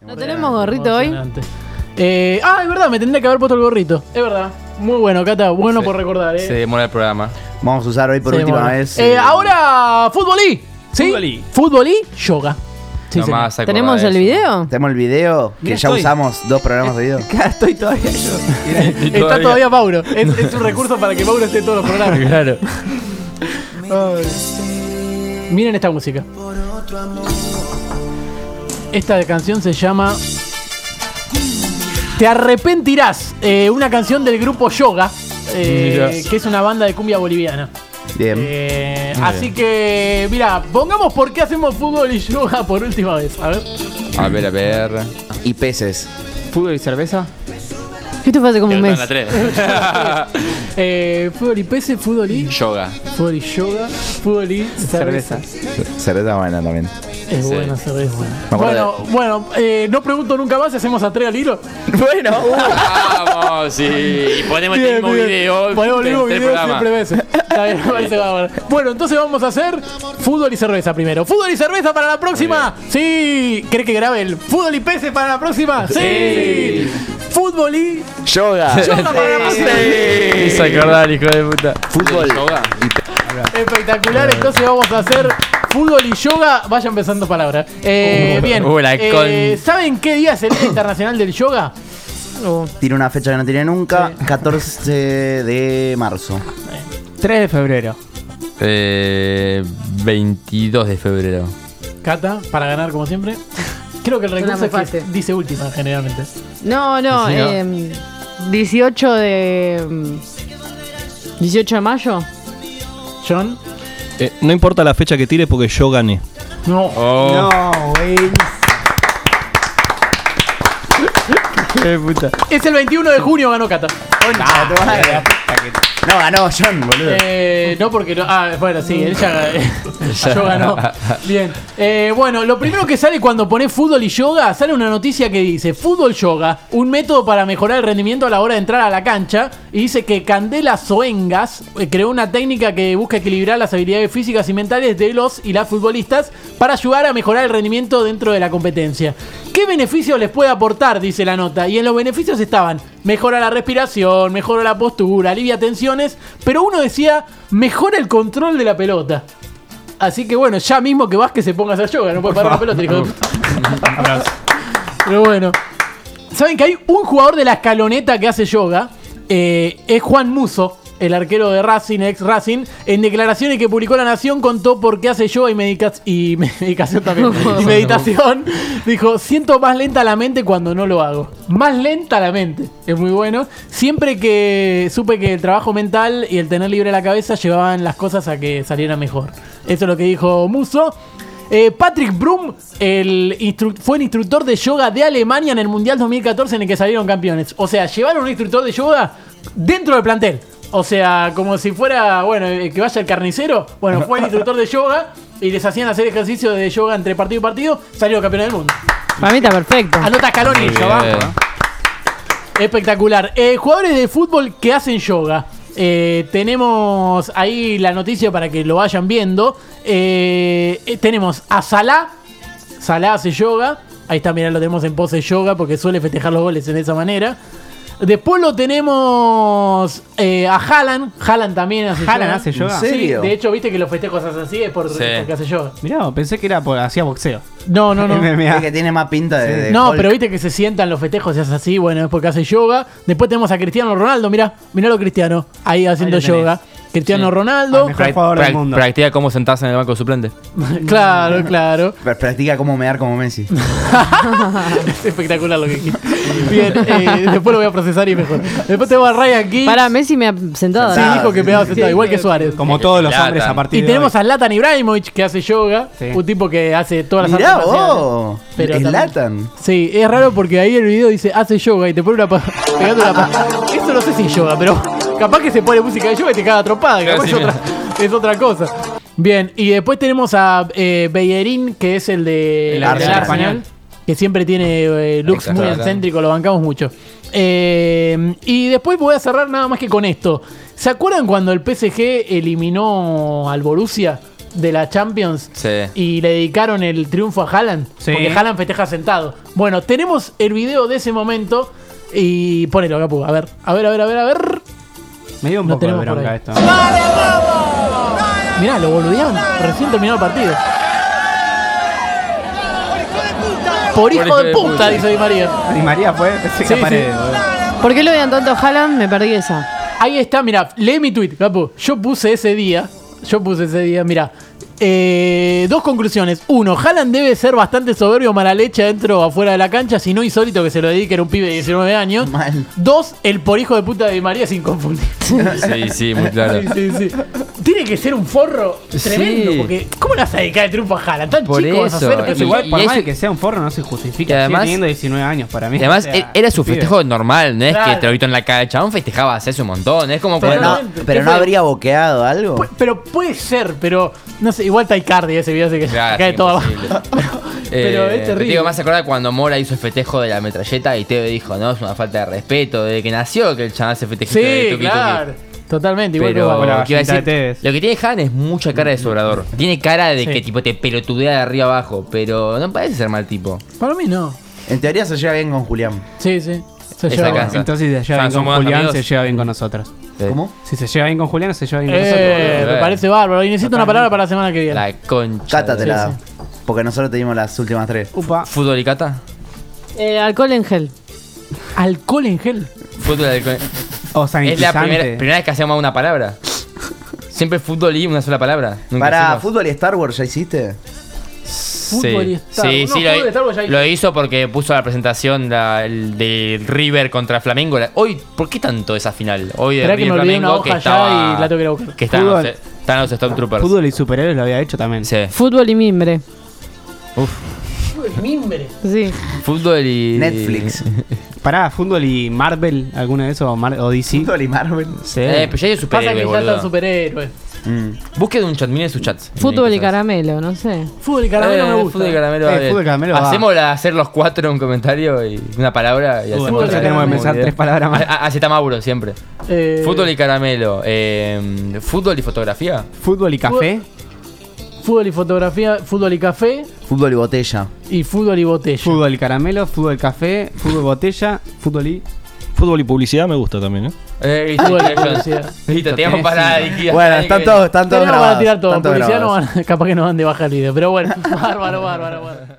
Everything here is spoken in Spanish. ¿No tenemos gorrito hoy? Emocionante. Eh, ah, es verdad, me tendría que haber puesto el gorrito. Es verdad. Muy bueno, Cata. Bueno Se- por recordar, eh. Se demora el programa. Vamos a usar hoy por Se última demora. vez. Eh, eh, ahora, fútbol y. ¿Sí? Fútbol y. Fútbol y yoga. Sí, señor. Nomás acordá ¿Tenemos de el eso. video? Tenemos el video que Mirá, ya estoy. usamos dos programas seguidos. Estoy todavía yo. Está todavía Mauro. Es, es un recurso para que Mauro esté en todos los programas. Claro. Ay. Miren esta música. Esta canción se llama Te arrepentirás. eh, una canción del grupo Yoga, eh, Mirá. que es una banda de cumbia boliviana. Bien. Eh, Muy así bien. que, mira, pongamos por qué hacemos fútbol y yoga por última vez. A ver. A ver, a ver. Y peces. ¿Fútbol y cerveza? Esto fue hace como un Pero mes. está en la 3. Eh, fútbol y pese, fútbol y, Yoga. fútbol y yoga, fútbol y cerveza. Cerveza buena también. Es Sí. buena cerveza. Bueno, acuerdo bueno, eh, no pregunto nunca más, hacemos a tres al hilo. Bueno. Vamos, sí. y ponemos el mismo video. Podemos el mismo en tres video programas. siempre veces. Está bien, me parece bárbaro. Bueno, entonces vamos a hacer fútbol y cerveza primero. Fútbol y cerveza para la próxima. Sí. ¿Crees que grabe el fútbol y peces para la próxima? Sí. Fútbol y Yoga. yoga para la próxima. Hizo acordar, hijo de puta. Fútbol. Yoga. Espectacular, entonces vamos a hacer fútbol y yoga. Vaya empezando palabras. Eh, Uh, bien. uh, la Eh, con- ¿Saben qué día es el Día Internacional del Yoga? Oh, Tiene una fecha que no tiene nunca. 14 de marzo. 3 de febrero. Eh, 22 de febrero. Cata, para ganar como siempre. Creo que el recurso muy es que fácil. dice última generalmente. No, no, Sí, ¿no? em, 18 de. em, 18 de mayo. John. Eh, no importa la fecha que tire porque yo gané. No. Oh, No, güey. qué puta. Es el 21 de junio ganó Cata. Ah, tu madre, la puta que- No, ganó John, boludo. Eh, no porque no. Ah, bueno, sí, él ya eh, yo ganó. Bien. Eh, bueno, lo primero que sale cuando pones fútbol y yoga, sale una noticia que dice fútbol yoga, un método para mejorar el rendimiento a la hora de entrar a la cancha. Y dice que Candela Soengas eh, creó una técnica que busca equilibrar las habilidades físicas y mentales de los y las futbolistas para ayudar a mejorar el rendimiento dentro de la competencia. ¿Qué beneficios les puede aportar? Dice la nota. Y en los beneficios estaban mejora la respiración, mejora la postura, alivia tensiones, pero uno decía mejora el control de la pelota. Así que bueno, ya mismo que vas que se ponga a hacer yoga, no puede parar la pelota, hijo de puta. Pero bueno. Saben que hay un jugador de la escaloneta que hace yoga. Eh, es Juan Muso, el arquero de Racing, ex Racing. En declaraciones que publicó La Nación contó por qué hace yoga y, medica- y medicación también. y meditación. Dijo, siento más lenta la mente cuando no lo hago. Más lenta la mente. Es muy bueno. Siempre que supe que el trabajo mental y el tener libre la cabeza llevaban las cosas a que salieran mejor. Eso es lo que dijo Muso. Eh, Patrick Brum el instru- fue el instructor de yoga de Alemania en el Mundial 2014 en el que salieron campeones. O sea, llevaron un instructor de yoga dentro del plantel. O sea, como si fuera, bueno, eh, que vaya el carnicero. Bueno, fue el instructor de yoga y les hacían hacer ejercicio de yoga entre partido y partido. Salieron campeones del mundo. Para mí está perfecto. Ah, Anota Scaloni, Bien. Giovanni. Espectacular. Eh, jugadores de fútbol que hacen yoga. Eh, tenemos ahí la noticia para que lo vayan viendo. Eh, eh, tenemos a Salah. Salah hace yoga. Ahí está, mirá, lo tenemos en pose yoga porque suele festejar los goles en esa manera. Después lo tenemos eh, a Haaland. Haaland también hace ¿Haaland yoga. hace yoga? ¿En Sí, serio? de hecho, viste que los festejos hacen así es por, Sí. porque hace yoga. Mirá, pensé que era por hacía boxeo. No, no, no. Es MMA. que tiene más pinta de. de No, Hulk. pero viste que se sientan los festejos y es así, bueno, es porque hace yoga. Después tenemos a Cristiano Ronaldo, mirá, mirá lo Cristiano, ahí haciendo Ahí lo tenés. yoga. Cristiano Sí. Ronaldo. Ah, Mejor jugador del mundo. Practica cómo sentarse en el banco suplente. claro, claro. Pero practica cómo mear como Messi. Es espectacular lo que dijiste. Bien, eh, después lo voy a procesar y mejor. Después tenemos a Ryan Giggs. Para Messi me ha sentado. sí, ¿no? dijo que pegaba sentado, igual que Suárez. Como todos los Zlatan. hombres a partir Y de tenemos hoy. a Latan Ibrahimovic que hace yoga, Sí. un tipo que hace todas las Mirá artes marciales. vos. Pero también- Slatan. Sí, es raro porque ahí el video dice hace yoga y te pone una pa- pegando una pa- Eso no sé si es yoga, pero capaz que se pone música de yoga y te caga atropada, capaz Sí, es, otra, es otra cosa. Bien, y después tenemos a eh, Bellerín, que es el de El del Arsenal. Arsenal, que siempre tiene eh, looks muy Exacto. excéntricos, lo bancamos mucho. Eh, y después voy a cerrar nada más que con esto. ¿Se acuerdan cuando el PSG eliminó al Borussia? de la Champions Sí. y le dedicaron el triunfo a Haaland. Sí. Porque Haaland festeja sentado. Bueno, tenemos el video de ese momento y ponelo, Capu. A ver, a ver, a ver, a ver, a ver. Me dio un Lo poco de tenemos por bronca ahí. esto. Mirá, lo boludearon. Recién terminó el partido. Por hijo de puta, dice Di María. Y María fue. Sí, Sí, la pared, sí. boludo. ¿Por qué lo vean tanto a Haaland? Me perdí esa. Ahí está, mira, lee mi tweet, Capu. Yo puse ese día, yo puse ese día, mira. dos conclusiones. Uno, Haaland debe ser bastante soberbio, mala leche dentro o afuera de la cancha, si no insólito que se lo dedique a un pibe de 19 años. Mal. Dos, el por hijo de puta de Di María sin confundir. Sí, sí, muy claro. Sí, sí, sí. Tiene que ser un forro tremendo, Sí. porque ¿cómo le vas a dedicar el triunfo a Haaland? Tan Por chico vas a eso, hacer que- es Y igual- igual, por y más eso- que sea un forro, no se justifica. Y Sigue además- teniendo 19 años para mí. Y además, O sea, e- era su pibe. festejo normal, no es Claro. que te lo visto en la cara. El chabón festejaba hace un montón. Es como Pero cuando. no, Totalmente. ¿Qué pero fue? no Pues- habría boqueado algo. Pu- Pero puede ser, pero no sé, igual Taicardi ese video hace que Claro, cae sí, todo abajo. imposible. Eh, Pero es terrible. Te digo, más acordar cuando Mora hizo el festejo de la metralleta y Teo dijo, no, es una falta de respeto. Desde que nació que el chaval se festejó de Sí, tuki, tuki. claro. Totalmente, igual que Pero Obama. la ¿qué iba a gallinita decir? de Tevez. lo que tiene Han es mucha cara de sobrador. Tiene cara de Mm. Sí. que tipo te pelotudea de arriba abajo, pero no parece ser mal tipo. Para mí no. En teoría se lleva bien con Julián. Sí, sí. Se Esa lleva. casa. Entonces, si se lleva Ya, bien con somos Julián, amigos. se lleva bien con nosotros. ¿Cómo? Si se lleva bien con Julián, se lleva bien con Eh, nosotros. me parece bárbaro. Y necesito una palabra para la semana que viene. La concha. Cátatela. Porque nosotros te dimos las últimas eh, tres. nosotros. Upa. ¿Fútbol y cata? Eh, alcohol en gel. Alcohol en gel. Fútbol y alcohol. O Es la primera, sanitizante. primera vez que hacemos una palabra. Siempre fútbol y una sola palabra. Nunca Para hacemos- fútbol y Star Wars, ¿ya hiciste? Fútbol y Star Wars. Sí, No, sí, fútbol y Star lo, Wars ya hizo. lo hizo porque puso la presentación la- el de River contra Flamengo. La- Hoy, ¿por qué tanto esa final? Hoy de Esperá que River me olvidé una Flamengo hoja que allá estaba, y la tengo que ir a buscar. que estaban Fútbol. los, e-, estaban los Stormtroopers. Fútbol y superhéroes lo había hecho también. Sí. Fútbol y mimbre. Mimbre. Sí. Fútbol y Netflix. Pará, fútbol y Marvel, alguna de esos, o, Mar- o DC. Fútbol y Marvel. Sí. Eh, pero ya Pasa hay que superhéroes, ya están boludo. superhéroes. Mm. Busquen un chat, miren sus chats. Fútbol y Miren cosas. caramelo, no sé. Fútbol y caramelo Eh, me gusta. Fútbol y caramelo. Eh, va bien. fútbol y caramelo va. Hacemos la- hacer los cuatro un comentario y una palabra y Bueno, hacemos entonces otra. tenemos que pensar Muy bien. tres palabras más. Ah, ah, Así está Mauro siempre. Eh, Fútbol y caramelo. eh, fútbol y fotografía. Fútbol y café. fútbol y fotografía, fútbol y café Fútbol y botella. y fútbol y botella. Fútbol y caramelo, fútbol y café, fútbol y botella, fútbol y. Fútbol y publicidad me gusta también, ¿eh. Eh, Fútbol y Listo, publicidad. Listo, te vamos para la Bueno, están todos, están todos Tenemos para grabados. tirar todo. están todos Publicidad no grabados. van- capaz que nos van de baja el video. Pero bueno, bárbaro, bárbaro, bárbaro.